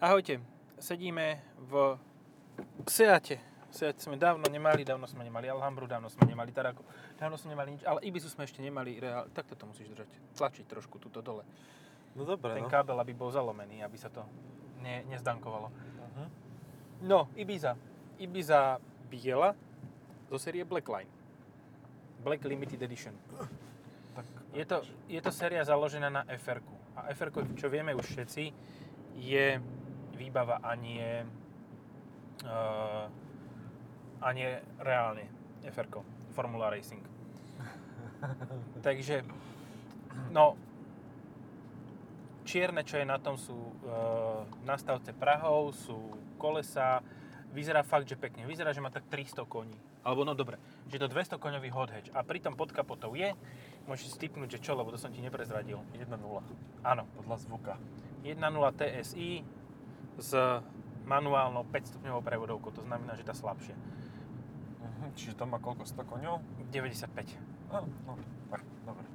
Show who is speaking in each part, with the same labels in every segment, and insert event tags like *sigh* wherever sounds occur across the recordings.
Speaker 1: Ahojte, sedíme v Seate. Seat sme dávno nemali, dávno sme nemali Alhambru, dávno sme nemali Taraku, dávno sme nemali nič, ale Ibisu sme ešte nemali reál... Takto to musíš držať, tlačiť trošku tuto dole.
Speaker 2: No dobre,
Speaker 1: Ten
Speaker 2: no.
Speaker 1: kábel, aby bol zalomený, aby sa to ne, nezdankovalo.
Speaker 2: Mhm.
Speaker 1: No, Ibiza. Ibiza biela zo série Blackline. Black Limited Edition.
Speaker 2: Tak,
Speaker 1: Je to, je to séria založená na fr A fr čo vieme už všetci, je výbava a nie, uh, a nie reálne fr Formula Racing. *laughs* Takže, no, čierne, čo je na tom, sú uh, nastavce Prahov, sú kolesa, vyzerá fakt, že pekne. Vyzerá, že má tak 300 koní. Alebo no dobre, že je to 200 koňový hot hatch. A pritom pod kapotou je, môžeš si typnúť, že čo, lebo to som ti neprezradil.
Speaker 2: 1-0,
Speaker 1: Áno,
Speaker 2: podľa zvuka.
Speaker 1: 1.0 TSI s manuálnou 5-stupňovou prevodovkou, to znamená, že tá slabšia.
Speaker 2: Mhm. Čiže to má koľko, 100 koňov?
Speaker 1: 95.
Speaker 2: No, no, tak, dobre.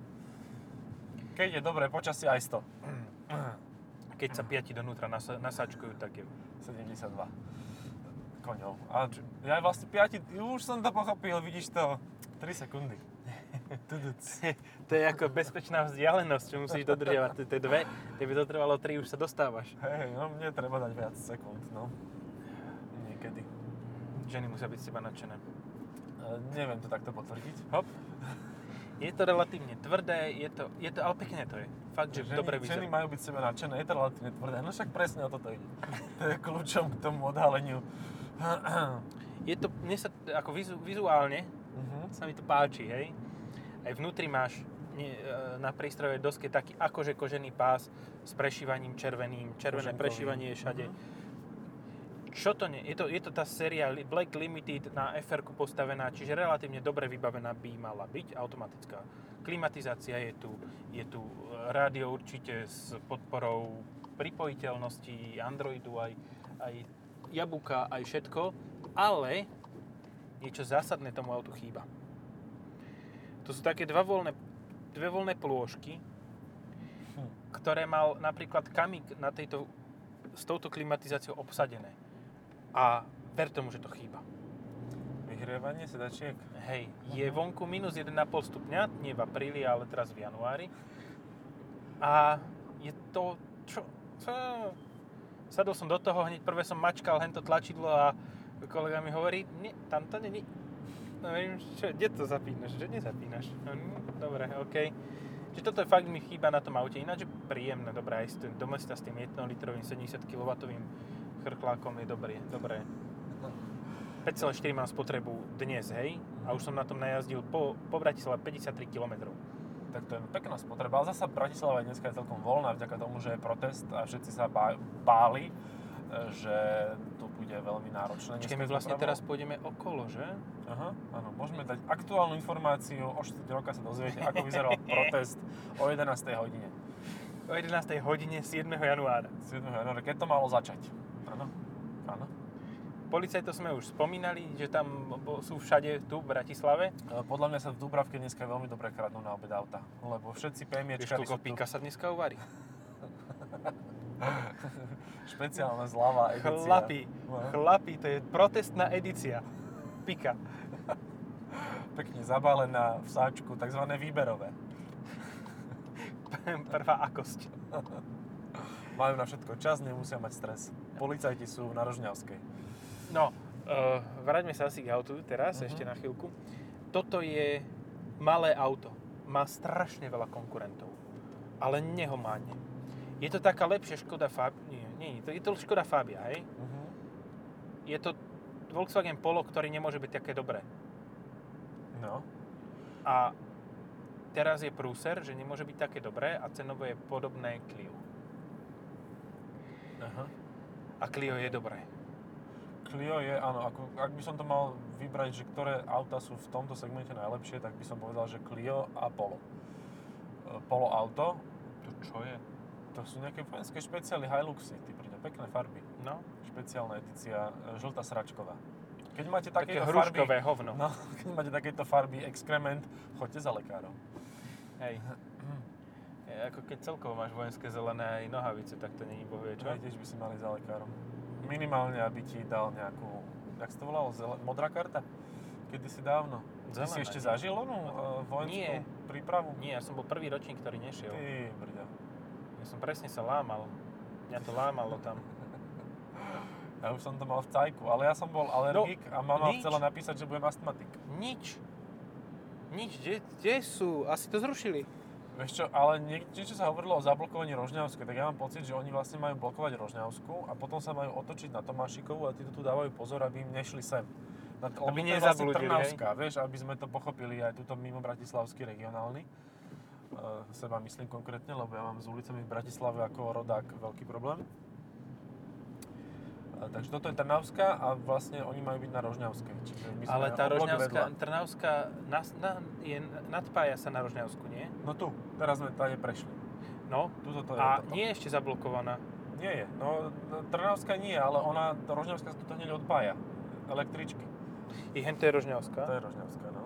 Speaker 2: Keď je dobré počasie, aj *clears throat* 100.
Speaker 1: Keď sa piati donútra nasa- nasáčkujú, tak je *laughs*
Speaker 2: 72 koňov. A č- ja vlastne 5, už som to pochopil, vidíš to. 3 sekundy. *laughs* Tuduc.
Speaker 1: to je ako bezpečná vzdialenosť, čo musíš dodržiavať. To- To je dve, tebe to trvalo tri, už sa dostávaš.
Speaker 2: Hej, no mne treba dať viac sekúnd, no. Niekedy.
Speaker 1: Ženy musia byť z teba nadšené.
Speaker 2: E, neviem to takto potvrdiť. Hop.
Speaker 1: Je to relatívne tvrdé, je to, je to ale pekné to je. Fakt, že dobre vyzerá.
Speaker 2: ženy majú byť sebe nadšené, je to relatívne tvrdé. No však presne o toto ide. *laughs* To je kľúčom k tomu odhaleniu. *clears throat*
Speaker 1: Je to, mne sa, ako vizu, vizuálne,
Speaker 2: Mhm.
Speaker 1: sa mi to páči, hej. Aj vnútri máš nie, e, na prístrojovej doske taký akože kožený pás s prešívaním červeným, červené Akože
Speaker 2: Koženkový.
Speaker 1: prešívanie je všade.
Speaker 2: Mhm.
Speaker 1: Čo to nie? Je to, je to tá séria Li- Black Limited na fr postavená, čiže relatívne dobre vybavená by mala byť, automatická. Klimatizácia je tu, je tu e, rádio určite s podporou pripojiteľnosti Androidu aj, aj jablka, aj všetko, ale niečo zásadné tomu autu chýba. To sú také dva voľné, dve voľné plôžky,
Speaker 2: Hm.
Speaker 1: ktoré mal napríklad Kamik na tejto, s touto klimatizáciou obsadené. A ver tomu, že to chýba.
Speaker 2: Vyhrievanie sedačiek.
Speaker 1: Hej, je vonku minus 1,5 stupňa, nie v apríli, ale teraz v januári. A je to... Čo? čo? Sadol som do toho, hneď prvé som mačkal hento tlačidlo a kolega mi hovorí, nie, tam to není. No hovorím, čo, kde to zapínaš, že nezapínaš? Hm, dobre, OK. Čiže toto je fakt mi chýba na tom aute, ináč je príjemné, dobré, aj s tým, do mesta s tým 1-litrovým 70 kW chrklákom je dobré, dobré.
Speaker 2: No,
Speaker 1: 5,4 mám spotrebu dnes, hej, a už som na tom najazdil po, po Bratislave 53 km.
Speaker 2: Tak to je pekná spotreba, ale zasa Bratislava je dneska celkom voľná vďaka tomu, že je protest a všetci sa bá- báli, e, že to bude veľmi náročné.
Speaker 1: Čiže
Speaker 2: dneska
Speaker 1: my
Speaker 2: s
Speaker 1: vlastne
Speaker 2: dopravou.
Speaker 1: teraz pôjdeme okolo, že?
Speaker 2: Aha, áno, môžeme dať aktuálnu informáciu, o 4 roka sa dozviete, ako
Speaker 1: *laughs*
Speaker 2: vyzeral protest o 11. hodine.
Speaker 1: O 11. hodine 7. januára.
Speaker 2: 7. januára, keď to malo začať. Áno, áno.
Speaker 1: Policajto sme už spomínali, že tam bo- sú všade tu v Bratislave.
Speaker 2: E, Podľa mňa sa v Dúbravke dneska veľmi dobre kradnú na obed auta, lebo všetci
Speaker 1: Vieš,
Speaker 2: PMIčkári
Speaker 1: koľko
Speaker 2: sú tu.
Speaker 1: píka sa dneska uvarí?
Speaker 2: Špeciálna zľava edícia.
Speaker 1: Chlapi,
Speaker 2: No.
Speaker 1: chlapi, to je protestná edícia. Pika. *laughs*
Speaker 2: Pekne zabalená v sáčku, tzv. výberové.
Speaker 1: Prvá akosť.
Speaker 2: Majú na všetko čas, nemusia mať stres. Policajti sú na Rožňavskej.
Speaker 1: No, uh, vráťme sa asi k autu teraz,
Speaker 2: Mhm.
Speaker 1: ešte na chvíľku. Toto je malé auto. Má strašne veľa konkurentov. Ale nehománe. Je to taká lepšia Škoda Fabia. Nie, nie, nie, to- je to Škoda Fabia, hej?
Speaker 2: Uh-huh.
Speaker 1: Je to Volkswagen Polo, ktorý nemôže byť také dobré.
Speaker 2: No,
Speaker 1: A teraz je prúser, že nemôže byť také dobré a cenovo je podobné Clio.
Speaker 2: aha.
Speaker 1: A Clio je dobré.
Speaker 2: Clio je, áno, ako, ak by som to mal vybrať, že ktoré auta sú v tomto segmente najlepšie, tak by som povedal, že Clio a Polo. E, Polo auto,
Speaker 1: To čo je?
Speaker 2: to sú nejaké vojenské špeciály Hiluxy, ty príde, pekné farby.
Speaker 1: No,
Speaker 2: Špeciálna edícia, e, žltá sračková. Keď máte
Speaker 1: také
Speaker 2: takéto farby,
Speaker 1: hruškové hovno.
Speaker 2: no, *laughs*
Speaker 1: *clears throat*
Speaker 2: keď máte takéto farby exkrement, choďte za lekárom.
Speaker 1: Hej. E, ako keď celkovo máš vojenské zelené aj nohavice, tak to není bohvie čo.
Speaker 2: Čo tiež by si mali za lekárom. Minimálne, aby ti dal nejakú, jak sa to volalo, zele- modrá karta? Kedy si dávno. Ty si
Speaker 1: Zelená,
Speaker 2: ešte
Speaker 1: nie?
Speaker 2: zažil onú uh, vojenskú
Speaker 1: Nie.
Speaker 2: prípravu?
Speaker 1: Nie, ja som bol prvý ročník, ktorý nešiel.
Speaker 2: Ty brďa.
Speaker 1: Ja som presne sa lámal. Mňa to lámalo tam.
Speaker 2: Ja už som to mal v cajku, ale ja som bol alergik a
Speaker 1: No,
Speaker 2: mama
Speaker 1: nič.
Speaker 2: chcela napísať, že budem astmatik.
Speaker 1: Nič. Nič, kde, kde sú? Asi to zrušili.
Speaker 2: Vieš čo, ale niek- niečo sa hovorilo o zablokovaní Rožňavskej, tak ja mám pocit, že oni vlastne majú blokovať Rožňavskú a potom sa majú otočiť na Tomášikovu a títo tu dávajú pozor, aby im nešli sem. Na to,
Speaker 1: Aby
Speaker 2: lebo to je vlastne
Speaker 1: nezablúdili,
Speaker 2: Trnavská, vieš, aby sme to pochopili aj túto mimo Bratislavský regionálny. Uh, seba myslím konkrétne, lebo ja mám s ulicami v Bratislave ako rodák veľký problém. E, Takže toto je Trnavská a vlastne oni majú byť na Rožňavskej. Čiže my sme
Speaker 1: Ale tá
Speaker 2: o blok
Speaker 1: Rožňavská,
Speaker 2: vedľa.
Speaker 1: Trnavská na, na, je, nadpája sa na Rožňavsku, nie?
Speaker 2: No tu, teraz sme tady prešli.
Speaker 1: No.
Speaker 2: Tuto to je
Speaker 1: A
Speaker 2: toto.
Speaker 1: nie je ešte zablokovaná.
Speaker 2: Nie je. No, no, Trnavská nie, ale ona, to Rožňavská sa to hneď odpája. Električky.
Speaker 1: I hen to je
Speaker 2: To
Speaker 1: Rožňavská.
Speaker 2: je Rožňavská, no.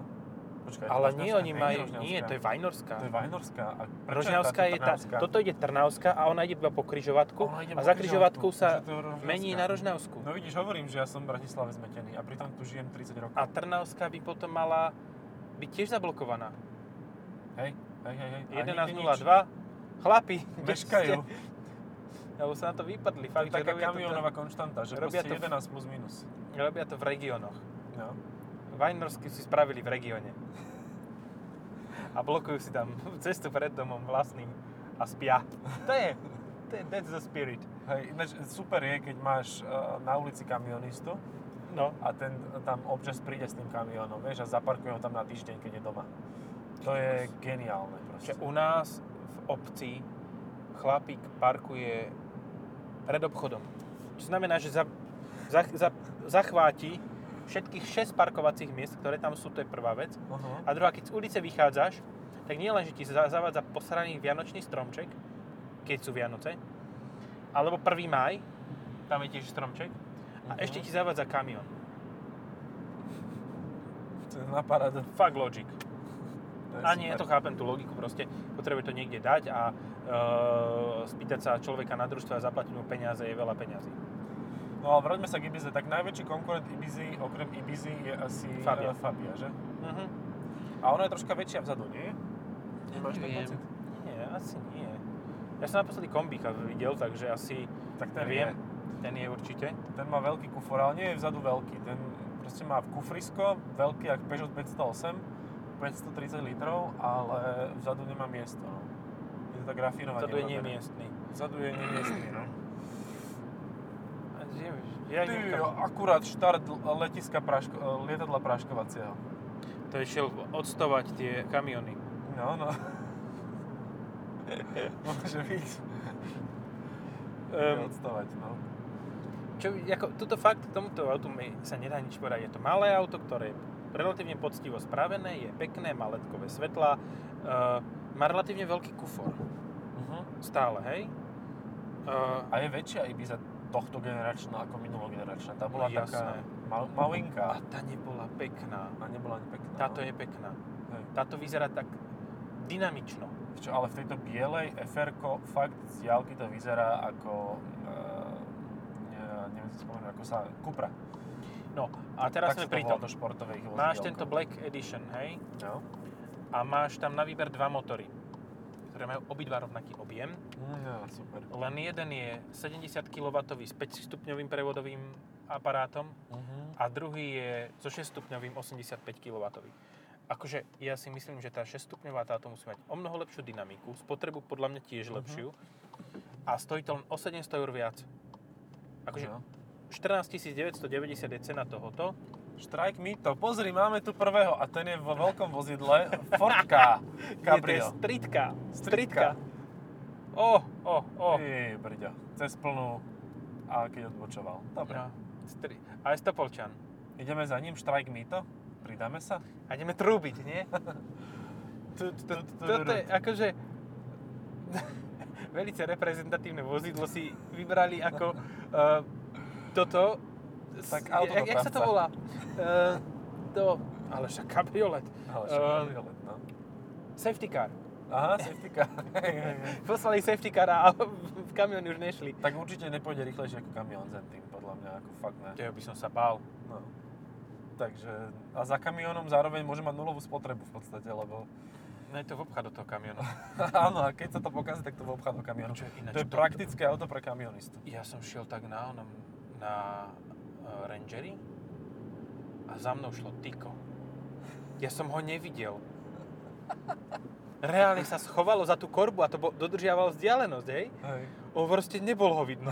Speaker 2: Počkaj,
Speaker 1: Ale
Speaker 2: Rožňavská
Speaker 1: nie, oni
Speaker 2: nie je
Speaker 1: majú,
Speaker 2: Rožňavská.
Speaker 1: nie, to je Vajnorská.
Speaker 2: To je Vajnorská. A prečo
Speaker 1: Rožňavská je tá,
Speaker 2: Trnavská?
Speaker 1: toto ide Trnavská a ona ide iba po križovatku
Speaker 2: Ona ide
Speaker 1: a
Speaker 2: po
Speaker 1: za križovatkou
Speaker 2: križovatku,
Speaker 1: sa
Speaker 2: takže to je Rožňavská.
Speaker 1: mení na Rožňavsku.
Speaker 2: No vidíš, hovorím, že ja som v Bratislave zmetený a pritom tu žijem 30 rokov.
Speaker 1: A Trnavská by potom mala byť tiež zablokovaná.
Speaker 2: Hej, hej, hej. hej. A nikde nič.
Speaker 1: 11.02.
Speaker 2: *laughs*
Speaker 1: Chlapi, kde
Speaker 2: Meškajú.
Speaker 1: ste? Lebo sa na to vypadli.
Speaker 2: To je
Speaker 1: Fakt, že
Speaker 2: taká
Speaker 1: robia to,
Speaker 2: kamionová konštanta, že
Speaker 1: robia
Speaker 2: proste
Speaker 1: to v-
Speaker 2: 11 plus minus.
Speaker 1: robia to v regiónoch.
Speaker 2: No.
Speaker 1: Vajnorsky si spravili v regióne. A blokujú si tam *laughs* cestu pred domom vlastným a spia. To je, to je that's the spirit.
Speaker 2: Hej, ináč super je, keď máš eh, na ulici kamionistu
Speaker 1: No,
Speaker 2: a ten tam občas príde s tým kamionom, vieš, a zaparkuje ho tam na týždeň, keď je doma. To je geniálne proste.
Speaker 1: že u nás v obci chlapík parkuje pred obchodom. Čo znamená, že za, za, za, zachváti všetkých 6 parkovacích miest, ktoré tam sú, to je prvá vec.
Speaker 2: Uh-huh.
Speaker 1: A druhá, keď z ulice vychádzaš, tak nie len, že ti za- zavádza posraný vianočný stromček, keď sú Vianoce, alebo 1. maj, tam je tiež stromček, a
Speaker 2: Mhm.
Speaker 1: ešte ti zavádza kamión.
Speaker 2: To je na parádu.
Speaker 1: Fuck logic.
Speaker 2: To je
Speaker 1: A nie,
Speaker 2: super.
Speaker 1: to chápem, tú logiku proste. Potrebuje to niekde dať a e, spýtať sa človeka na družstvo a zaplatiť mu peniaze je veľa peňazí.
Speaker 2: No ale vráťme sa k Ibize. Tak najväčší konkurent Ibizy, okrem Ibizy, je asi
Speaker 1: Fabia.
Speaker 2: eh, Fabia že?
Speaker 1: Mhm.
Speaker 2: A ona je troška väčšia vzadu, nie? Nemáš ten pocit?
Speaker 1: Nie, asi nie. Ja som naposledy kombíka videl, takže asi
Speaker 2: Tak ten
Speaker 1: neviem.
Speaker 2: Je,
Speaker 1: Ten je určite.
Speaker 2: ten má veľký kufor, ale nie je vzadu veľký. Ten proste má kufrisko, veľký ako Peugeot 508, 530 litrov, ale vzadu nemá miesto. No. Je to tak rafinovanie.
Speaker 1: Toto je
Speaker 2: urobené.
Speaker 1: nemiestný.
Speaker 2: Vzadu je nemiestný, no.
Speaker 1: A že, ja
Speaker 2: Ty,
Speaker 1: neviem, kam-
Speaker 2: akurát štart l- letiska praško, lietadla praškovacieho.
Speaker 1: To išiel odstovať tie kamiony.
Speaker 2: No, *laughs* no.
Speaker 1: No,
Speaker 2: Môže byť. Um,
Speaker 1: Um,
Speaker 2: odstovať, no.
Speaker 1: čo, ako, tuto fakt, k tomuto autu mi sa nedá nič povedať. Je to malé auto, ktoré je relatívne poctivo spravené, je pekné, má ledkové svetla, uh, má relatívne veľký kufor.
Speaker 2: Uh-huh.
Speaker 1: Stále, hej? Uh,
Speaker 2: A je väčšia Ibiza tohto generačná ako minulogeneračná. Tá bola
Speaker 1: Jasné.
Speaker 2: taká
Speaker 1: a
Speaker 2: mal, malinká
Speaker 1: tá nebola pekná.
Speaker 2: a nebola ani pekná.
Speaker 1: Táto
Speaker 2: no.
Speaker 1: je pekná.
Speaker 2: Hej.
Speaker 1: Táto vyzerá tak dynamično.
Speaker 2: Čo, ale v tejto bielej fr fakt z diálky to vyzerá ako... Uh, ne, neviem si spomenúť, ako sa... Cupra.
Speaker 1: No, a teraz
Speaker 2: tak
Speaker 1: sme pri tom.
Speaker 2: to športové ich
Speaker 1: Máš
Speaker 2: vozidielko.
Speaker 1: tento Black Edition, hej?
Speaker 2: No.
Speaker 1: A máš tam na výber dva motory, ktoré majú obidva rovnaký objem.
Speaker 2: no, super.
Speaker 1: Len jeden je 70 kW s 5-stupňovým prevodovým aparátom
Speaker 2: Uh-huh.
Speaker 1: a druhý je so 6-stupňovým 85 kW. Akože ja si myslím, že tá 6-stupňová táto musí mať o mnoho lepšiu dynamiku, spotrebu podľa mňa tiež
Speaker 2: Mhm.
Speaker 1: lepšiu a stojí to len o 700 eur viac. Akože
Speaker 2: No.
Speaker 1: 14 990 je cena tohoto.
Speaker 2: Štrajk mi to. Pozri, máme tu prvého a ten je vo veľkom vozidle Ford
Speaker 1: Je
Speaker 2: *laughs* K.
Speaker 1: to je
Speaker 2: Cabrio.
Speaker 1: stritka.
Speaker 2: Stritka.
Speaker 1: Stritka. Oh, O, o, o.
Speaker 2: Ty brďo. Cez plnú a keď odbočoval. Dobre.
Speaker 1: No, stri- a je Stopolčan.
Speaker 2: Ideme za ním, štrajk mýto, pridáme sa.
Speaker 1: A ideme trúbiť, nie?
Speaker 2: Tu, tu, tu, tu,
Speaker 1: Toto je
Speaker 2: tu.
Speaker 1: akože... *laughs* Velice reprezentatívne vozidlo si vybrali ako uh, toto. S-
Speaker 2: Tak auto
Speaker 1: jak, jak sa to
Speaker 2: dopravca.
Speaker 1: volá? Uh, to, ale však kabriolet.
Speaker 2: Ale
Speaker 1: Ehm.
Speaker 2: um, no.
Speaker 1: Safety car.
Speaker 2: Aha, safety car. *laughs* Hej, hej, hej.
Speaker 1: Poslali safety car a *laughs* v kamión už nešli.
Speaker 2: tak určite nepôjde rýchlejšie ako kamión za tým, podľa mňa, ako fakt ne.
Speaker 1: Ja by som sa bál.
Speaker 2: No. Takže, a za kamiónom zároveň môže mať nulovú spotrebu v podstate, lebo *laughs*
Speaker 1: No je to vopcha do toho kamionu.
Speaker 2: áno, a keď sa to pokazí, tak to obchá do kamionu.
Speaker 1: Čo je ináč
Speaker 2: To je
Speaker 1: to-
Speaker 2: praktické auto pre kamionistu.
Speaker 1: Ja som šiel tak na onom, na e, Rangery a za mnou šlo tyko. Ja som ho nevidel. Reálne sa schovalo za tú korbu a to bo, dodržiavalo vzdialenosť, hej?
Speaker 2: Hej.
Speaker 1: On proste nebol ho vidno.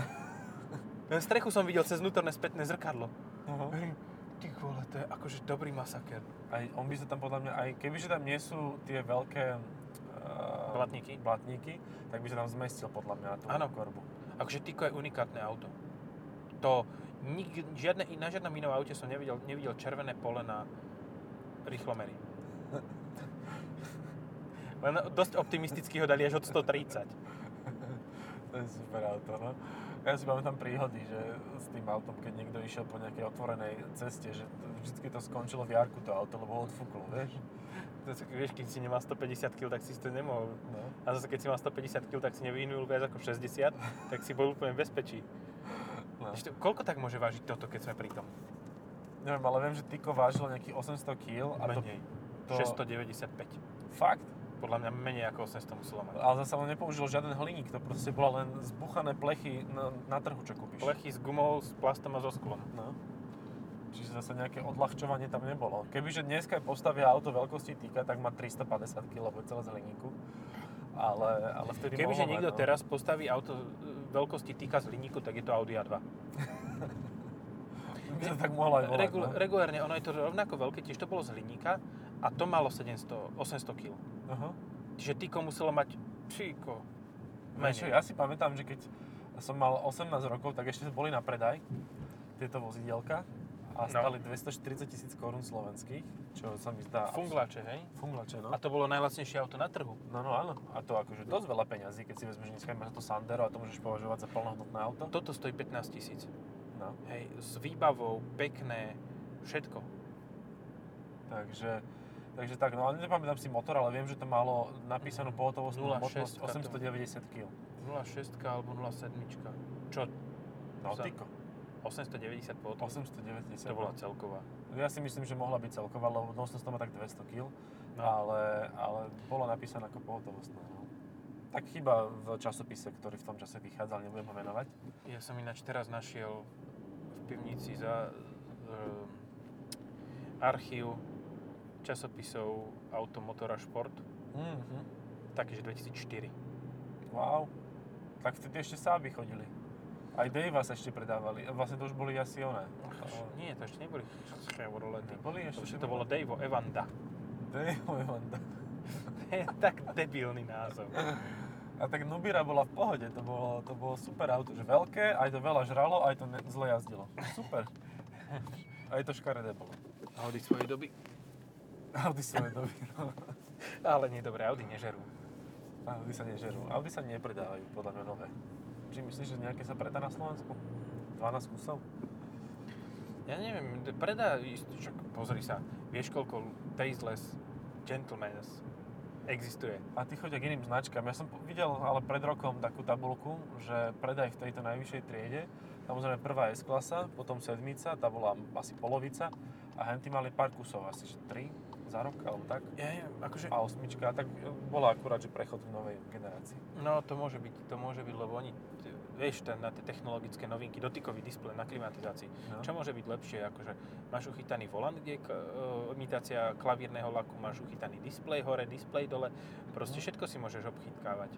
Speaker 1: Len strechu som videl cez vnútorné spätné zrkadlo. Hovorím, Ty vole, to je akože dobrý masaker.
Speaker 2: Aj on by sa tam podľa mňa, aj kebyže tam nie sú tie veľké uh,
Speaker 1: Blatníky.
Speaker 2: blatníky, tak by sa tam zmestil podľa mňa na tú
Speaker 1: Áno.
Speaker 2: korbu.
Speaker 1: Akože Tyko je unikátne auto. To nik, žiadne, na žiadnom inom aute som nevidel, nevidel červené pole na rýchlomery. *laughs* Len dosť optimisticky ho dali až od 130.
Speaker 2: To je super auto, no. Ja si pamätám príhody, že s tým autom, keď niekto išiel po nejakej otvorenej ceste, že to- vždycky to skončilo v jarku to auto, lebo ho odfúklo, vieš?
Speaker 1: To je, vieš, keď si nemal 150 kg, tak si to nemohol.
Speaker 2: No.
Speaker 1: A zase keď si mal 150 kg, tak si nevyhnul viac ako 60, tak si bol úplne v bezpečí.
Speaker 2: no.
Speaker 1: Ešte, koľko tak môže vážiť toto, keď sme pri tom?
Speaker 2: Neviem, ale viem, že Tyko vážil nejakých 800 kg a to...
Speaker 1: Menej.
Speaker 2: to-
Speaker 1: 695.
Speaker 2: Fakt?
Speaker 1: Podľa mňa menej ako 800 muselo mať.
Speaker 2: Ale zase on nepoužil žiaden hliník, to proste bola len zbuchané plechy na, na trhu, čo kúpiš.
Speaker 1: Plechy s gumou, s plastom a so sklom.
Speaker 2: No. Čiže zase nejaké odľahčovanie tam nebolo. Kebyže dneska postavia auto veľkosti týka, tak má 350 kg, lebo je celé z hliníku. Ale, ale vtedy
Speaker 1: Kebyže
Speaker 2: mohlo mať,
Speaker 1: niekto
Speaker 2: no.
Speaker 1: teraz postaví auto e, veľkosti týka z hliníku, tak je to Audi A2.
Speaker 2: By sa *laughs* tak mohlo aj volať,
Speaker 1: Regul,
Speaker 2: no.
Speaker 1: regulárne, E, ono je to rovnako veľké, tiež to bolo z hliníka a to malo 700, 800 kg.
Speaker 2: Aha.
Speaker 1: Čiže Tyko muselo mať číko.
Speaker 2: Menej. Ja si pamätám, že keď som mal 18 rokov, tak ešte boli na predaj tieto vozidielka
Speaker 1: No.
Speaker 2: a stali 240 tisíc korún slovenských, čo sa mi zdá...
Speaker 1: Funglače, hej?
Speaker 2: Funglače, no.
Speaker 1: A to bolo najlacnejšie auto na trhu.
Speaker 2: No, no áno. A to akože dosť veľa peňazí, keď si vezmeš, že dneska máš to Sandero a to môžeš považovať za plnohodnotné auto.
Speaker 1: Toto stojí 15 tisíc.
Speaker 2: No.
Speaker 1: Hej, s výbavou, pekné, všetko.
Speaker 2: Takže, takže tak, no ale nepamätám si motor, ale viem, že to malo napísanú
Speaker 1: 0,6
Speaker 2: pohotovostnú hmotnosť
Speaker 1: kartón.
Speaker 2: 890 kg.
Speaker 1: 0,6 alebo 0,7. Čo?
Speaker 2: No,
Speaker 1: Za-
Speaker 2: tyko.
Speaker 1: 890 po
Speaker 2: 890.
Speaker 1: To bola celková.
Speaker 2: Ja si myslím, že mohla byť celková, lebo nosnosť to má tak 200 kg,
Speaker 1: No.
Speaker 2: ale, ale bolo napísané ako pohotovostná. No. Tak chyba v časopise, ktorý v tom čase vychádzal, nebudem ho menovať.
Speaker 1: Ja som ináč teraz našiel v pivnici za um, archív časopisov Auto, motor a šport, Mhm.
Speaker 2: Mm-hmm.
Speaker 1: taký, že 2004.
Speaker 2: Wow. Tak vtedy ešte sáby chodili. Aj Dave vás ešte predávali. Vlastne to už boli asi one.
Speaker 1: Nie, to ešte neboli ch- Chevrolety.
Speaker 2: Neboli
Speaker 1: To,
Speaker 2: ešte?
Speaker 1: už to bolo Daveo Evanda.
Speaker 2: Dave, Honda.
Speaker 1: To je tak debilný názov.
Speaker 2: A tak Nubira bola v pohode, to bolo, to bolo super auto, že veľké, aj to veľa žralo, aj to ne, zle jazdilo. Super. Aj to škaredé bolo.
Speaker 1: Audi svojej doby.
Speaker 2: Audi svoje doby, no.
Speaker 1: Ale nie, dobre, Audi nežerú.
Speaker 2: *laughs* Audi sa nežerú. Audi sa nepredávajú, podľa mňa nové. Či myslíš, že nejaké sa predá na Slovensku? 12 kusov?
Speaker 1: Ja neviem, d- predá, čak, pozri sa, vieš koľko Tasteless Gentlemans existuje?
Speaker 2: A ty chodia k iným značkám. Ja som po- videl ale pred rokom takú tabulku, že predaj v tejto najvyššej triede, samozrejme prvá S-klasa, potom sedmica, tá bola asi polovica a henty mali pár kusov, asi že 3 za rok alebo tak.
Speaker 1: Ja neviem, akože...
Speaker 2: a osmička, tak e, bola akurát, že prechod v novej generácii.
Speaker 1: No to môže byť, to môže byť, lebo oni, t- vieš, ten, na tie technologické novinky, dotykový displej na klimatizácii.
Speaker 2: No.
Speaker 1: Čo môže byť lepšie, akože máš uchytaný volant, kde je k- e, imitácia klavírneho laku, máš uchytaný displej hore, displej dole, proste
Speaker 2: Mhm.
Speaker 1: všetko si môžeš obchytkávať.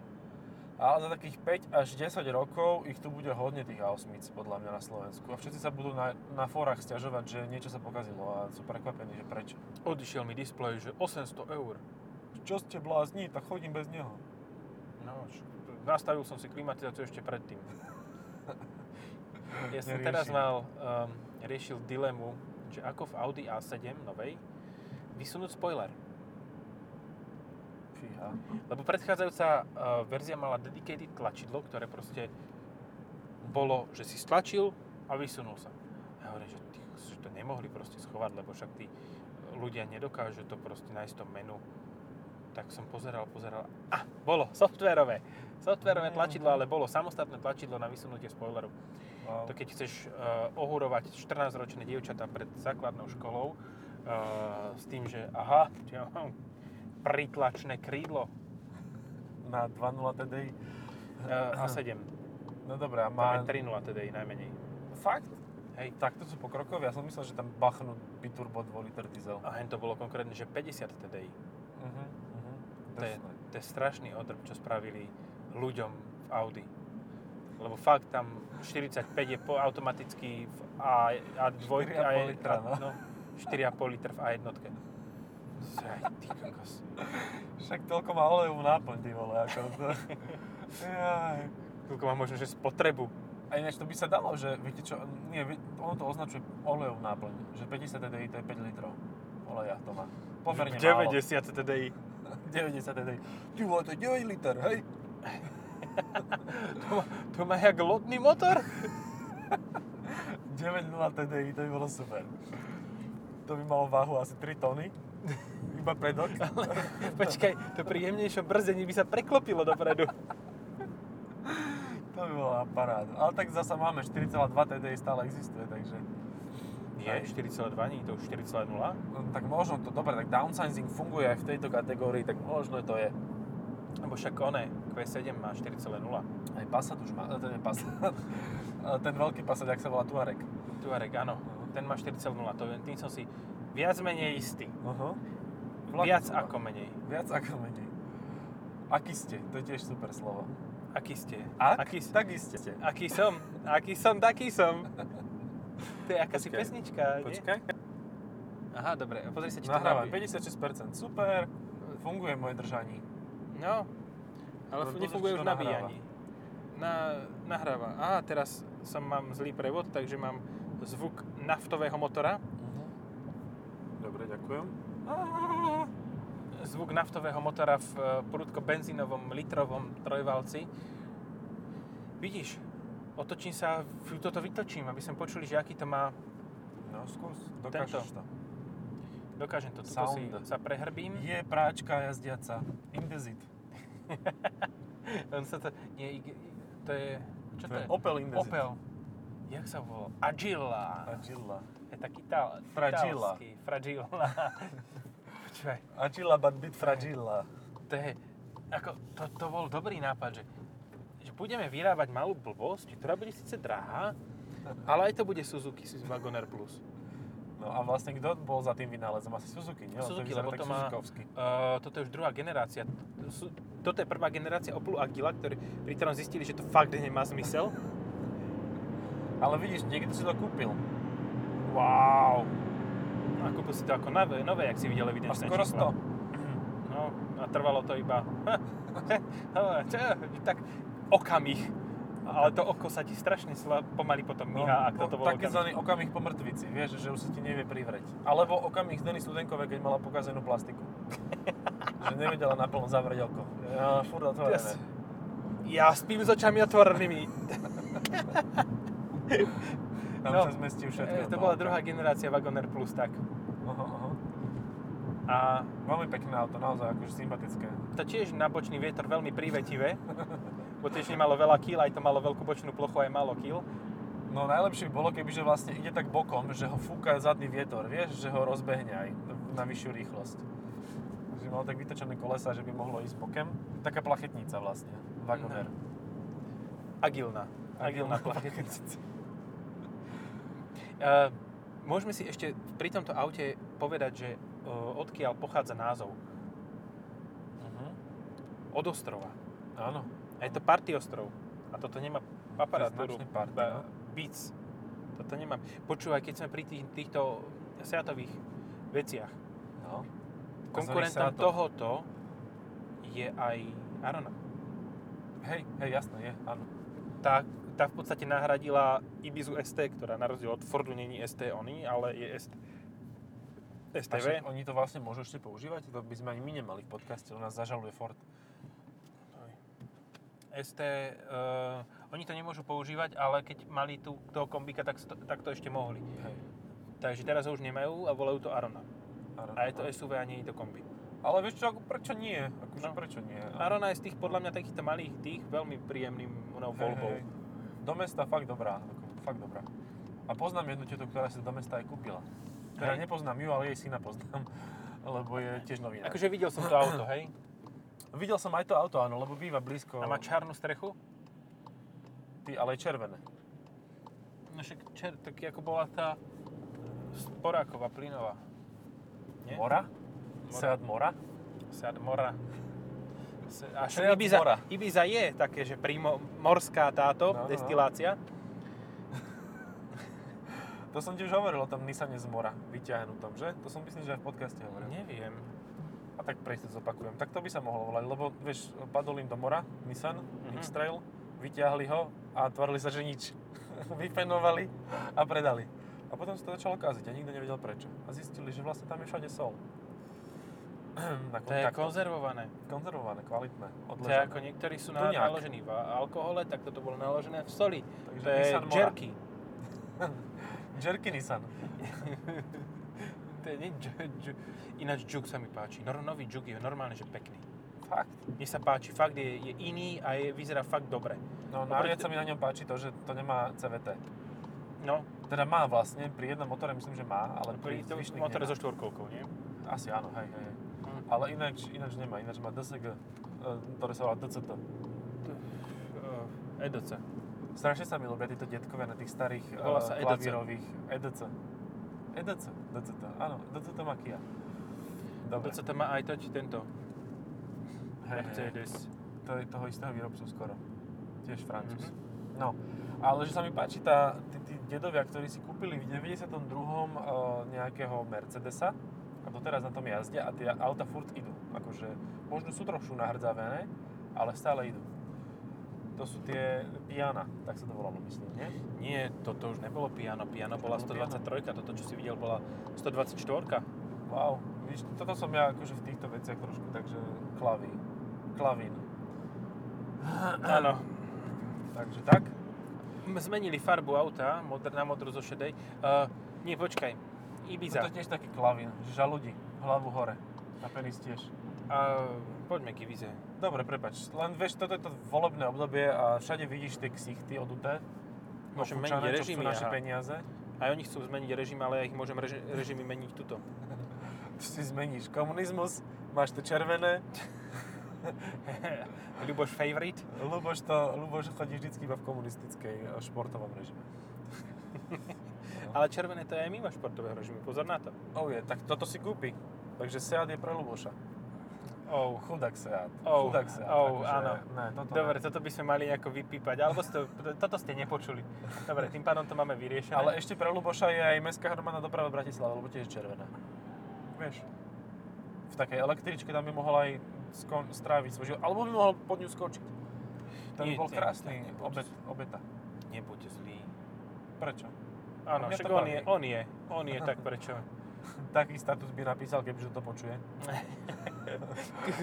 Speaker 2: Ale za takých 5 až 10 rokov ich tu bude hodne tých A8 podľa mňa na Slovensku. A všetci sa budú na, na fórach stiažovať, že niečo sa pokazilo a sú prekvapení, že prečo.
Speaker 1: Odišiel mi displej, že 800 eur.
Speaker 2: Čo ste blázni, tak chodím bez neho.
Speaker 1: No, š- nastavil som si klimatizáciu ešte predtým. Ja som
Speaker 2: Neriešim.
Speaker 1: teraz mal, um, riešil dilemu, že ako v Audi A7 novej vysunúť spoiler.
Speaker 2: Fíha.
Speaker 1: Lebo predchádzajúca uh, verzia mala dedicated tlačidlo, ktoré proste bolo, že si stlačil a vysunul sa. Ja hovorím, že, ty, že to eh, nemohli proste schovať, lebo však tí ľudia nedokážu to proste nájsť v tom menu tak som pozeral, pozeral. A, bolo, softverové. Softverové tlačidlo, ale bolo samostatné tlačidlo na vysunutie spoileru.
Speaker 2: Wow.
Speaker 1: To keď chceš uh, ohurovať 14-ročné dievčatá pred základnou školou uh, s tým, že aha, ja mám pritlačné krídlo
Speaker 2: Na 2.0 TDI.
Speaker 1: uh, A7.
Speaker 2: No dobré, a
Speaker 1: Má...
Speaker 2: má...
Speaker 1: 3.0 teda i najmenej.
Speaker 2: Fakt?
Speaker 1: Hej.
Speaker 2: Tak to sú pokrokov, ja som myslel, že tam bachnú biturbo 2 liter diesel.
Speaker 1: A hen to bolo konkrétne, že 50 TDI.
Speaker 2: Mhm, mhm.
Speaker 1: To je,
Speaker 2: Drsné.
Speaker 1: to je strašný odrb, čo spravili ľuďom v Audi. Lebo fakt tam 45 je po, automaticky v A, A2,
Speaker 2: 4,5
Speaker 1: A,
Speaker 2: litra, no.
Speaker 1: no. 4,5 litr v A1. Zaj, ty kokos.
Speaker 2: Však toľko má olejovú náplň, ty vole, ako to. Jaj.
Speaker 1: Koľko má možno, že spotrebu.
Speaker 2: A ináč to by sa dalo, že viete čo, nie, vi- ono to označuje olejovú náplň, že 50 TDI to je 5 litrov oleja to má. Pomerne 90. málo.
Speaker 1: 90 TDI.
Speaker 2: 90 TDI. Ty vole, to je 9 liter, hej?
Speaker 1: To má, to má jak lodný motor?
Speaker 2: 9.0 TDI, to by bolo super. To by malo váhu asi 3 tony. Iba predok.
Speaker 1: *laughs* Počkaj, to pri jemnejšom brzdení by sa preklopilo dopredu.
Speaker 2: To by bola paráda. Ale tak zasa máme 4,2 TDI stále existuje, takže...
Speaker 1: Nie, 4,2 nie, to už 4,0.
Speaker 2: No, tak možno to, dobre, tak downsizing funguje aj v tejto kategórii, tak možno to je.
Speaker 1: Lebo však oné, Q7 má 4,0.
Speaker 2: Aj Passat už má, to nie Passat. *laughs* Ale ten veľký Passat, ak sa volá Tuareg.
Speaker 1: Tuareg, áno. Ten má 4,0, to je- tým som si viac menej istý.
Speaker 2: Uh-huh.
Speaker 1: Viac ako menej.
Speaker 2: Viac ako menej. Aký ste, to je tiež super slovo.
Speaker 1: Aký ste?
Speaker 2: Ak,
Speaker 1: Aký, s-
Speaker 2: tak iste. ste.
Speaker 1: aký som? Aký som, taký som. *laughs* To je akási
Speaker 2: Počkaj.
Speaker 1: pesnička, nie?
Speaker 2: Počkaj,
Speaker 1: Aha, dobre, pozri sa, či to
Speaker 2: nahrávaj,
Speaker 1: nabije.
Speaker 2: 56%, super, funguje moje držanie.
Speaker 1: No, ale
Speaker 2: Ale
Speaker 1: f-
Speaker 2: pozri,
Speaker 1: nefunguje
Speaker 2: či to
Speaker 1: už
Speaker 2: nahráva.
Speaker 1: nabíjanie. Na, nahráva. Á, teraz som mám zlý prevod, takže mám zvuk naftového motora.
Speaker 2: Dobre, ďakujem.
Speaker 1: Ah. Zvuk naftového motora v e, prudko benzínovom litrovom trojvalci. Vidíš, otočím sa, v- toto vytočím, aby sme počuli, že aký to má
Speaker 2: No, skús, dokážeš to.
Speaker 1: Dokážem to, tuto si
Speaker 2: Sound.
Speaker 1: sa prehrbím.
Speaker 2: Je práčka jazdiaca, Indezit.
Speaker 1: *laughs* On sa to, nie, ig- to je, čo to, je?
Speaker 2: Opel Indezit.
Speaker 1: Opel. Jak sa volá? Agila.
Speaker 2: Agila.
Speaker 1: Je taký tal,
Speaker 2: Fragila.
Speaker 1: italský. Fragila. *laughs* Počúvaj,
Speaker 2: Agila, but bit fragila.
Speaker 1: to je, ako, to, to bol dobrý nápad, že, že budeme vyrábať malú blbosť, ktorá bude síce drahá, ale aj to bude Suzuki Wagoner Plus.
Speaker 2: No a vlastne kto bol za tým vynálezom? Asi Suzuki, nie?
Speaker 1: Suzuki,
Speaker 2: vyzerá
Speaker 1: lebo to
Speaker 2: tak
Speaker 1: má-
Speaker 2: Suzukovsky.
Speaker 1: Uh, toto je už druhá generácia. To sú- Toto je prvá generácia Opelu Agila, ktorý, pri ktorom zistili, že to fakt nemá zmysel.
Speaker 2: Ale vidíš, niekto si to kúpil.
Speaker 1: Wow. A kúpil si to ako nové, nové jak si videl
Speaker 2: A
Speaker 1: evidenčné
Speaker 2: skoro 100.
Speaker 1: čísla. No, a trvalo to iba... *laughs* No, čo, tak okamih. Ale to oko sa ti strašne sla, pomaly potom míha, ak toto bolo
Speaker 2: No, Taký
Speaker 1: okamih.
Speaker 2: zvaný okamih po mŕtvici, vieš, že už sa ti nevie privrieť. Alebo okamih Deny Studenkovej, keď mala pokazenú
Speaker 1: *laughs*
Speaker 2: plastiku. že nevedela naplno zavrieť oko. Ja, furt otvorené.
Speaker 1: Yes. Ja spím s očami otvorenými.
Speaker 2: Tam
Speaker 1: No.
Speaker 2: sa zmestí všetko.
Speaker 1: E,
Speaker 2: No, do
Speaker 1: to
Speaker 2: toho
Speaker 1: bola
Speaker 2: oka.
Speaker 1: druhá generácia Wagoner Plus, tak.
Speaker 2: Aha, aha.
Speaker 1: A
Speaker 2: no, Veľmi pekné auto, naozaj, akože sympatické.
Speaker 1: to tiež na bočný vietor veľmi *laughs* prívetivé, bo tiež nemalo veľa kýl, aj to malo veľkú bočnú plochu, aj málo kýl.
Speaker 2: No najlepšie by bolo, kebyže vlastne ide tak bokom, že ho fúka zadný vietor, vieš, že ho rozbehne aj na vyššiu rýchlosť. Že mal tak vytočené kolesa, že by mohlo ísť bokem. Taká plachetnica vlastne, vagoner.
Speaker 1: Agilná. Agilná
Speaker 2: Agilná
Speaker 1: plachetnica. *laughs* Eh, môžeme si ešte pri tomto aute povedať, že eh, odkiaľ pochádza názov.
Speaker 2: Mhm.
Speaker 1: Od ostrova.
Speaker 2: Áno.
Speaker 1: A je to party ostrov. A toto nemá aparatúru.
Speaker 2: značný party,
Speaker 1: Ba-
Speaker 2: no.
Speaker 1: Beats. Toto nemá. Počúvaj, keď sme pri tých, týchto seatových veciach.
Speaker 2: No.
Speaker 1: Konkurentom
Speaker 2: Seatov.
Speaker 1: tohoto je aj Arona.
Speaker 2: Hej, hej, jasné, je, áno.
Speaker 1: Tá, tá v podstate nahradila Ibizu ST, ktorá na rozdiel od Fordu není ST oni, ale je ST.
Speaker 2: A
Speaker 1: STV.
Speaker 2: však oni to vlastne môžu ešte používať? To by sme ani my nemali v podcaste, u nás zažaluje Ford.
Speaker 1: ST, uh, oni to nemôžu používať, ale keď mali tu, toho kombika, tak, sto- tak to ešte mohli.
Speaker 2: Hej.
Speaker 1: Takže teraz ho už nemajú a volajú to Arona.
Speaker 2: Arona,
Speaker 1: A je to
Speaker 2: no.
Speaker 1: SUV a nie je to kombi.
Speaker 2: A Ale vieš čo, ako prečo nie? Akože
Speaker 1: No.
Speaker 2: prečo nie?
Speaker 1: Arona je z tých, podľa mňa, takýchto malých tých veľmi príjemným no,
Speaker 2: Hej,
Speaker 1: voľbou.
Speaker 2: hej. Do mesta fakt dobrá. Ako, fakt dobrá. A poznám jednu tetu, ktorá si do mesta aj kúpila. Teda
Speaker 1: Hej.
Speaker 2: nepoznám ju, ale jej syna poznám. *laughs* Lebo je tiež novinár.
Speaker 1: Akože videl som to *clears throat* auto, hej?
Speaker 2: Videl som aj to auto, áno, lebo býva blízko.
Speaker 1: A má čarnú strechu?
Speaker 2: Ty, ale je červené.
Speaker 1: No však čer, tak ako bola tá Sporáková, plynová. Nie?
Speaker 2: Mora? Seat Mora?
Speaker 1: Seat Mora. Se, a však
Speaker 2: Seat
Speaker 1: Ibiza,
Speaker 2: Mora.
Speaker 1: Ibiza je také, že prímo, morská táto
Speaker 2: No, no, no.
Speaker 1: destilácia.
Speaker 2: To som ti už hovoril o tom Nissane z Mora, vyťahnutom, že? To som myslím, že aj v podcaste hovoril.
Speaker 1: Neviem.
Speaker 2: A tak presne zopakujem. Tak to by sa mohlo volať, lebo vieš, padol im do mora Nissan
Speaker 1: Mhm.
Speaker 2: X-Trail, vyťahli ho a tvarili sa, že nič. *laughs* Vyfenovali a predali. A potom sa to začalo kaziť a nikto nevedel prečo. A zistili, že vlastne tam je všade sol. *clears throat* Na
Speaker 1: To je
Speaker 2: kontaktoch.
Speaker 1: konzervované.
Speaker 2: konzervované, kvalitné,
Speaker 1: To je
Speaker 2: odležané.
Speaker 1: ako niektorí sú na,
Speaker 2: Tuňák.
Speaker 1: naložení v alkohole, tak toto bolo naložené v soli.
Speaker 2: Takže
Speaker 1: To je
Speaker 2: Nissan Mora.
Speaker 1: jerky.
Speaker 2: Jerky Nissan.
Speaker 1: *laughs* To je nie, dž, dž, ináč džuk sa mi páči. Nor, nový džuk je normálne, že pekný.
Speaker 2: Fakt.
Speaker 1: Mne sa páči, fakt je, je iný a je, vyzerá fakt dobre.
Speaker 2: No,
Speaker 1: Oproti-
Speaker 2: najviac sa mi na ňom páči to, že to nemá CVT.
Speaker 1: No,
Speaker 2: Teda má vlastne, pri jednom motore myslím, že má, ale
Speaker 1: pri
Speaker 2: pri,
Speaker 1: to
Speaker 2: zvyšných Mhm.
Speaker 1: motor
Speaker 2: nemá.
Speaker 1: so štvorkolkou, nie?
Speaker 2: Asi áno, hej, hej. hej.
Speaker 1: Hm.
Speaker 2: Ale ináč, ináč nemá, ináč má DSG, e, ktoré sa volá DCT.
Speaker 1: Eh, EDC.
Speaker 2: Strašne sa mi ľúbia títo detkovia na tých starých e,
Speaker 1: Volá sa EDC.
Speaker 2: klavírových. E EDC. EDC, DCT, áno, DCT má Kia. Dobre,
Speaker 1: DCT má aj toť tento
Speaker 2: hej, hej, hej.
Speaker 1: Mercedes.
Speaker 2: to je toho istého výrobcu skoro. Tiež Francúz. No, ale že sa mi páči tá, tí, tí dedovia, ktorí si kúpili v 92. e, nejakého Mercedesa a doteraz na tom jazdia a tie auta furt idú. Akože možno sú trošku nahrdzavené, ale stále idú. To sú tie Piana, tak sa to volalo, myslím, nie?
Speaker 1: Nie, toto už nebolo piano. Piano bola
Speaker 2: To bolo
Speaker 1: 123, toto čo si videl bola 124.
Speaker 2: Wow, víš, toto som ja akože v týchto veciach trošku, takže klavín. Klavín.
Speaker 1: Áno.
Speaker 2: *clears throat* Takže tak.
Speaker 1: Zmenili farbu auta modr, na modru zo šedej. Uh, nie, počkaj. Ibiza.
Speaker 2: Toto je tiež taký klavín, žaludí, hlavu hore. A penis tiež.
Speaker 1: Uh, poďme k Ibize.
Speaker 2: Dobre, prepač. Len vieš, toto je to volebné obdobie a všade vidíš tie ksichty oduté.
Speaker 1: Môžem meniť
Speaker 2: Ofúčané, čo
Speaker 1: režimy,
Speaker 2: chcú naše
Speaker 1: aha.
Speaker 2: peniaze.
Speaker 1: Aj oni chcú zmeniť režim, ale ja ich môžem reži- režimy meniť tuto. *laughs*
Speaker 2: Ty si zmeníš komunizmus, máš to červené.
Speaker 1: Ľuboš favorite.
Speaker 2: Luboš, to, Luboš chodí vždycky iba v komunistickej e, športovom režime.
Speaker 1: Ale červené to je aj mimo športového režimu, pozor na to.
Speaker 2: Oh je, tak toto si kúpi. Takže Seat je pre Luboša.
Speaker 1: Oh.
Speaker 2: Chudák Seat.
Speaker 1: Oh,
Speaker 2: Chudák Seat. akože-
Speaker 1: oh, áno.
Speaker 2: Ne, toto
Speaker 1: Dobre,
Speaker 2: Ne.
Speaker 1: toto by sme mali nejako vypípať, alebo ste, toto ste nepočuli. Dobre, tým pádom to máme vyriešené.
Speaker 2: Ale ešte pre Luboša je aj Mestská hromadná doprava Bratislava, lebo tiež je červená. Vieš, v takej električke tam by mohol aj skon, stráviť svoj život. Alebo by mohol pod ňu skočiť. To by
Speaker 1: Nie,
Speaker 2: bol
Speaker 1: nie,
Speaker 2: krásny
Speaker 1: tak nebuď.
Speaker 2: obet, obeta.
Speaker 1: nebuď zlý.
Speaker 2: Prečo?
Speaker 1: Áno,
Speaker 2: Mňa to
Speaker 1: však on
Speaker 2: baví.
Speaker 1: je, on je, on je, tak *laughs* prečo?
Speaker 2: Taký status by napísal, kebyže to počuje.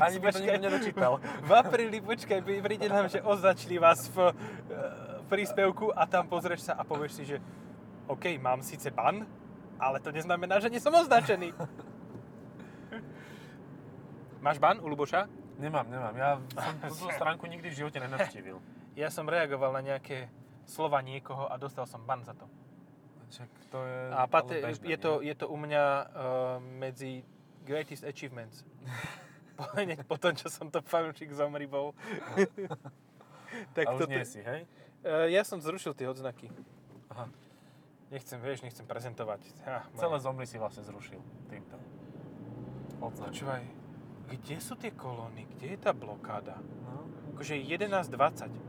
Speaker 2: Ani by
Speaker 1: Počkaj.
Speaker 2: to nikto
Speaker 1: *laughs*
Speaker 2: nedočítal.
Speaker 1: V apríli, počkaj, prí- príde nám, že označili vás v e, príspevku a tam pozrieš sa a povieš si, že OK, mám síce ban, ale to neznamená, že nie som označený. Máš ban u Luboša?
Speaker 2: Nemám, nemám. Ja som
Speaker 1: *laughs*
Speaker 2: túto stránku nikdy v živote nenavštívil.
Speaker 1: Ja som reagoval na nejaké slova niekoho a dostal som ban za to.
Speaker 2: Čak, to je...
Speaker 1: A pate,
Speaker 2: ale bežné,
Speaker 1: je,
Speaker 2: nie?
Speaker 1: to, je to u mňa uh, medzi greatest *laughs* achievements. Po- Hneď po tom, čo som to fanúšik zomri *laughs* bol. tak
Speaker 2: A
Speaker 1: to
Speaker 2: už nie si, hej?
Speaker 1: Uh, ja som zrušil tie odznaky.
Speaker 2: Aha.
Speaker 1: Nechcem, vieš, nechcem prezentovať. Ah,
Speaker 2: Celé zomri si vlastne zrušil týmto. Odznačil.
Speaker 1: Počúvaj, kde sú tie kolóny? Kde je tá blokáda?
Speaker 2: No.
Speaker 1: Akože 11.20.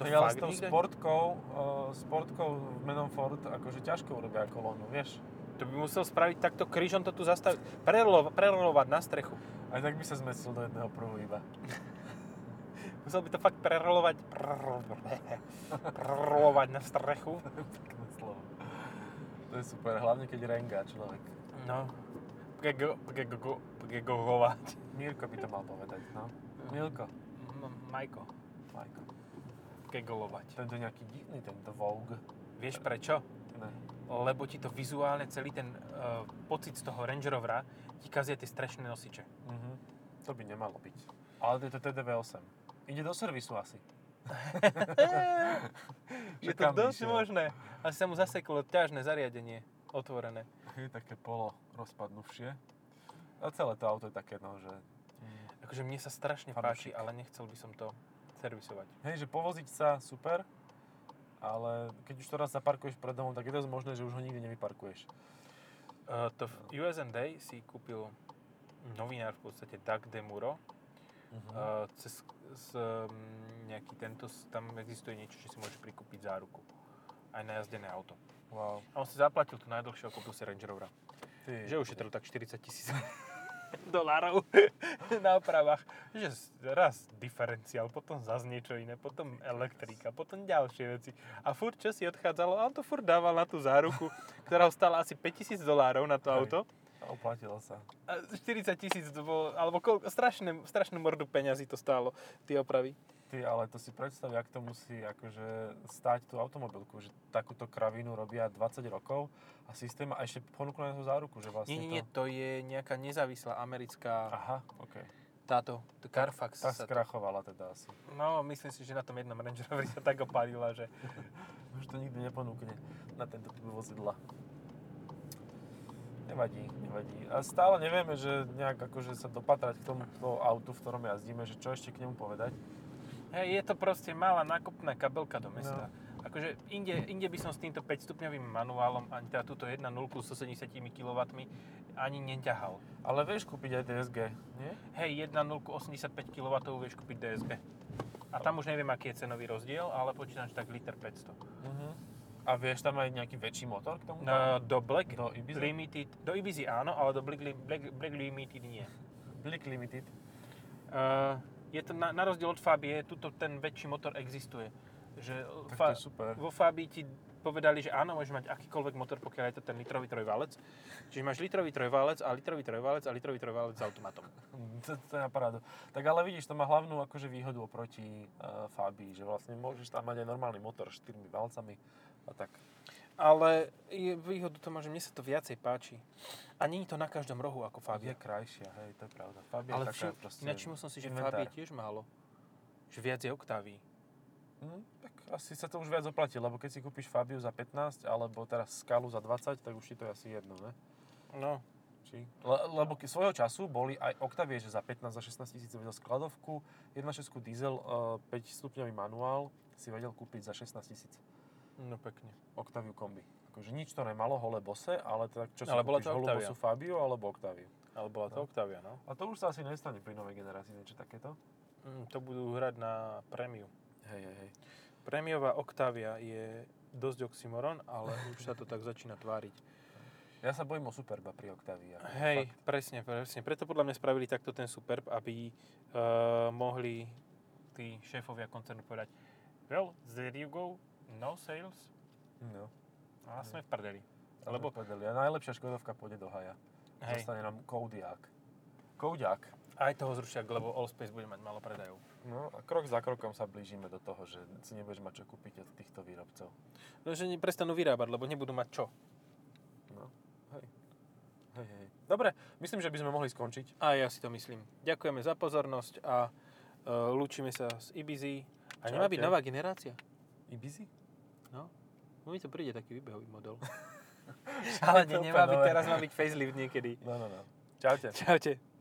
Speaker 1: To
Speaker 2: To ale s
Speaker 1: fakt
Speaker 2: tou
Speaker 1: nikde?
Speaker 2: sportkou, uh, sportkou menom Ford, akože ťažko urobia kolónu, vieš.
Speaker 1: To by musel spraviť takto krížom to tu zastaviť. Prerolo, prerolovať na strechu.
Speaker 2: Aj tak by sa zmestil do jedného pruhu iba.
Speaker 1: Musel by to fakt prerolovať. Prerolovať na strechu.
Speaker 2: Pekné slovo. To je super, hlavne keď renga človek.
Speaker 1: No. Prego- prego- Pregorovať.
Speaker 2: Mirko by to mal povedať, no. Milko.
Speaker 1: M- Majko.
Speaker 2: Majko.
Speaker 1: Pregolovať.
Speaker 2: Tento nejaký divný, tento Vogue.
Speaker 1: Vieš prečo?
Speaker 2: Ne.
Speaker 1: lebo ti to vizuálne celý ten uh, pocit z e, toho Range Rovera ti kazia tie strešné *laughs* nosiče.
Speaker 2: Mhm. To by nemalo byť. Ale je to TDV8. Ide do servisu asi.
Speaker 1: Je
Speaker 2: Že
Speaker 1: to
Speaker 2: kam
Speaker 1: dosť
Speaker 2: išiel?
Speaker 1: možné. Asi sa mu zaseklo ťažné zariadenie otvorené.
Speaker 2: Je také polo rozpadnuvšie. A celé to auto je také, no, že...
Speaker 1: Akože mne sa strašne páči,
Speaker 2: Fanúšik.
Speaker 1: ale nechcel by som to servisovať.
Speaker 2: Hej, že povoziť sa, super, ale keď už to raz zaparkuješ pred domom, tak je dosť možné, že už ho nikdy nevyparkuješ.
Speaker 1: Uh, to v US Day si kúpil novinár v podstate Doug Demuro.
Speaker 2: Uh-huh.
Speaker 1: Uh, cez s, um, nejaký tento, s- tam existuje niečo, že si môžeš prikúpiť záruku. Aj na jazdené auto.
Speaker 2: Wow.
Speaker 1: A on si zaplatil tú najdlhšiu a kúpil si Range Rovera.
Speaker 2: Ty,
Speaker 1: Že ušetril tak 40 tisíc *laughs* dolárov *laughs* na opravách. Že s- raz diferenciál, potom zase niečo iné, potom elektrika, potom ďalšie veci. A furt čo si odchádzalo, a on to furt dával na tú záruku, *laughs* ktorá ho stála asi 5000 dolárov na to
Speaker 2: Hej.
Speaker 1: auto.
Speaker 2: A oplatilo sa.
Speaker 1: A 40 tisíc to bolo, alebo koľko, strašné, strašnú mordu peňazí to stálo, tie opravy.
Speaker 2: Ty, ale to si predstav, jak to musí akože stáť tú automobilku, že takúto kravinu robia 20 rokov a systém a ešte ponúknú na tú záruku, že vlastne
Speaker 1: Nie, nie, nie,
Speaker 2: to...
Speaker 1: to je nejaká nezávislá americká,
Speaker 2: Aha, OK.
Speaker 1: táto, to Carfax.
Speaker 2: Tá
Speaker 1: sa to-
Speaker 2: skrachovala teda asi.
Speaker 1: No, myslím si, že na tom jednom Range Roveri sa tak opálila, že
Speaker 2: Už to nikdy neponúkne na tento typ vozidla. Nevadí, nevadí. A stále nevieme, že nejak akože sa dopatrať k tomuto autu, v ktorom jazdíme, že čo ešte k nemu povedať.
Speaker 1: Hej, je to proste malá nákupná kabelka do mesta.
Speaker 2: No.
Speaker 1: Akože inde, inde by som s týmto 5-stupňovým manuálom, ani teda túto 1.0 so 70 kW ani neťahal.
Speaker 2: Ale vieš kúpiť aj DSG, nie?
Speaker 1: Hej, 1.0 85 kW vieš kúpiť DSG. A tam už neviem, aký je cenový rozdiel, ale počítam, že tak liter 500.
Speaker 2: Uh-huh. A vieš tam aj nejaký väčší motor k tomu?
Speaker 1: No, do Black
Speaker 2: Do Ibizy?
Speaker 1: Limited, do Ibizy áno, ale do Black, Li- Black, Black Limited nie.
Speaker 2: Blick Limited.
Speaker 1: Uh, je to na, na rozdiel od Fabie, tuto ten väčší motor existuje. Že
Speaker 2: Tak
Speaker 1: Fa-
Speaker 2: to je super.
Speaker 1: Vo Fabii ti povedali, že áno, môžeš mať akýkoľvek motor, pokiaľ je to ten litrový trojvalec. Čiže máš litrový trojvalec a litrový trojvalec a litrový trojvalec s automatom.
Speaker 2: *laughs* To, to je na parádu. Tak ale vidíš, to má hlavnú akože výhodu oproti uh, Fabii, že vlastne môžeš tam mať aj normálny motor s 4 valcami a tak.
Speaker 1: Ale je výhodu to má, že mne sa to viacej páči. A není to na každom rohu ako Fabia.
Speaker 2: Fabia je krajšia, hej, to je pravda. Fabia
Speaker 1: Ale
Speaker 2: je taká
Speaker 1: všim,
Speaker 2: proste...
Speaker 1: ináč všimol som si, že
Speaker 2: inventár.
Speaker 1: Fabie tiež málo. Že viac je oktáví.
Speaker 2: Hm, tak asi sa to už viac oplatí, lebo keď si kúpiš Fabiu za 15 alebo teraz Skalu za 20, tak už ti to je asi jedno, ne?
Speaker 1: No.
Speaker 2: Či? Le, lebo ke, svojho času boli aj Octavie, že za 15 za 16 tisíc si vedel skladovku, 1.6 diesel, e, 5 stupňový manuál si vedel kúpiť za 16 tisíc
Speaker 1: No pekne.
Speaker 2: Octaviu kombi. Akože nič to nemalo, holé bose, ale tak čo si
Speaker 1: Ale bola
Speaker 2: kúpiš,
Speaker 1: to
Speaker 2: holú
Speaker 1: Octavia.
Speaker 2: bosu Fabiu alebo Octaviu.
Speaker 1: Ale bola
Speaker 2: to
Speaker 1: Octavia, no.
Speaker 2: A to už sa asi nestane pri novej generácii niečo takéto.
Speaker 1: Mm, to budú hrať na prémiu.
Speaker 2: Hej, hej, hej.
Speaker 1: Prémiová Octavia je dosť oxymoron, ale už sa to tak začína tváriť.
Speaker 2: Ja sa bojím o Superba pri Octavii. ako
Speaker 1: Hej, presne, presne. Preto podľa mňa spravili takto ten Superb, aby uh, mohli tí šéfovia koncernu povedať Well, there you go, no sales.
Speaker 2: fakt. No.
Speaker 1: A
Speaker 2: Mhm.
Speaker 1: sme v prdeli. Lebo-
Speaker 2: Lebo... Povedali, a najlepšia Škodovka pôjde do haja.
Speaker 1: Hej,
Speaker 2: Zostane nám Koudiak. Koudiak.
Speaker 1: aj toho zrušia, lebo Allspace bude mať malo predajov.
Speaker 2: No a krok za krokom sa blížime do toho, že si nebudeš mať čo kúpiť od týchto výrobcov.
Speaker 1: No, že ne- prestanú vyrábať, lebo nebudú mať čo.
Speaker 2: No, hej. Hej, hej. Dobre, myslím, že by sme mohli skončiť.
Speaker 1: A ja si to myslím. Ďakujeme za pozornosť a uh, lúčime sa z Ibizy. A nemá
Speaker 2: Čaute.
Speaker 1: byť nová generácia?
Speaker 2: Ibizy?
Speaker 1: No, no mi to príde taký výbehový *laughs* model.
Speaker 2: *laughs* Ale nie, nemá byť, teraz má
Speaker 1: byť facelift niekedy.
Speaker 2: No, no, no. Čaute.
Speaker 1: Čaute.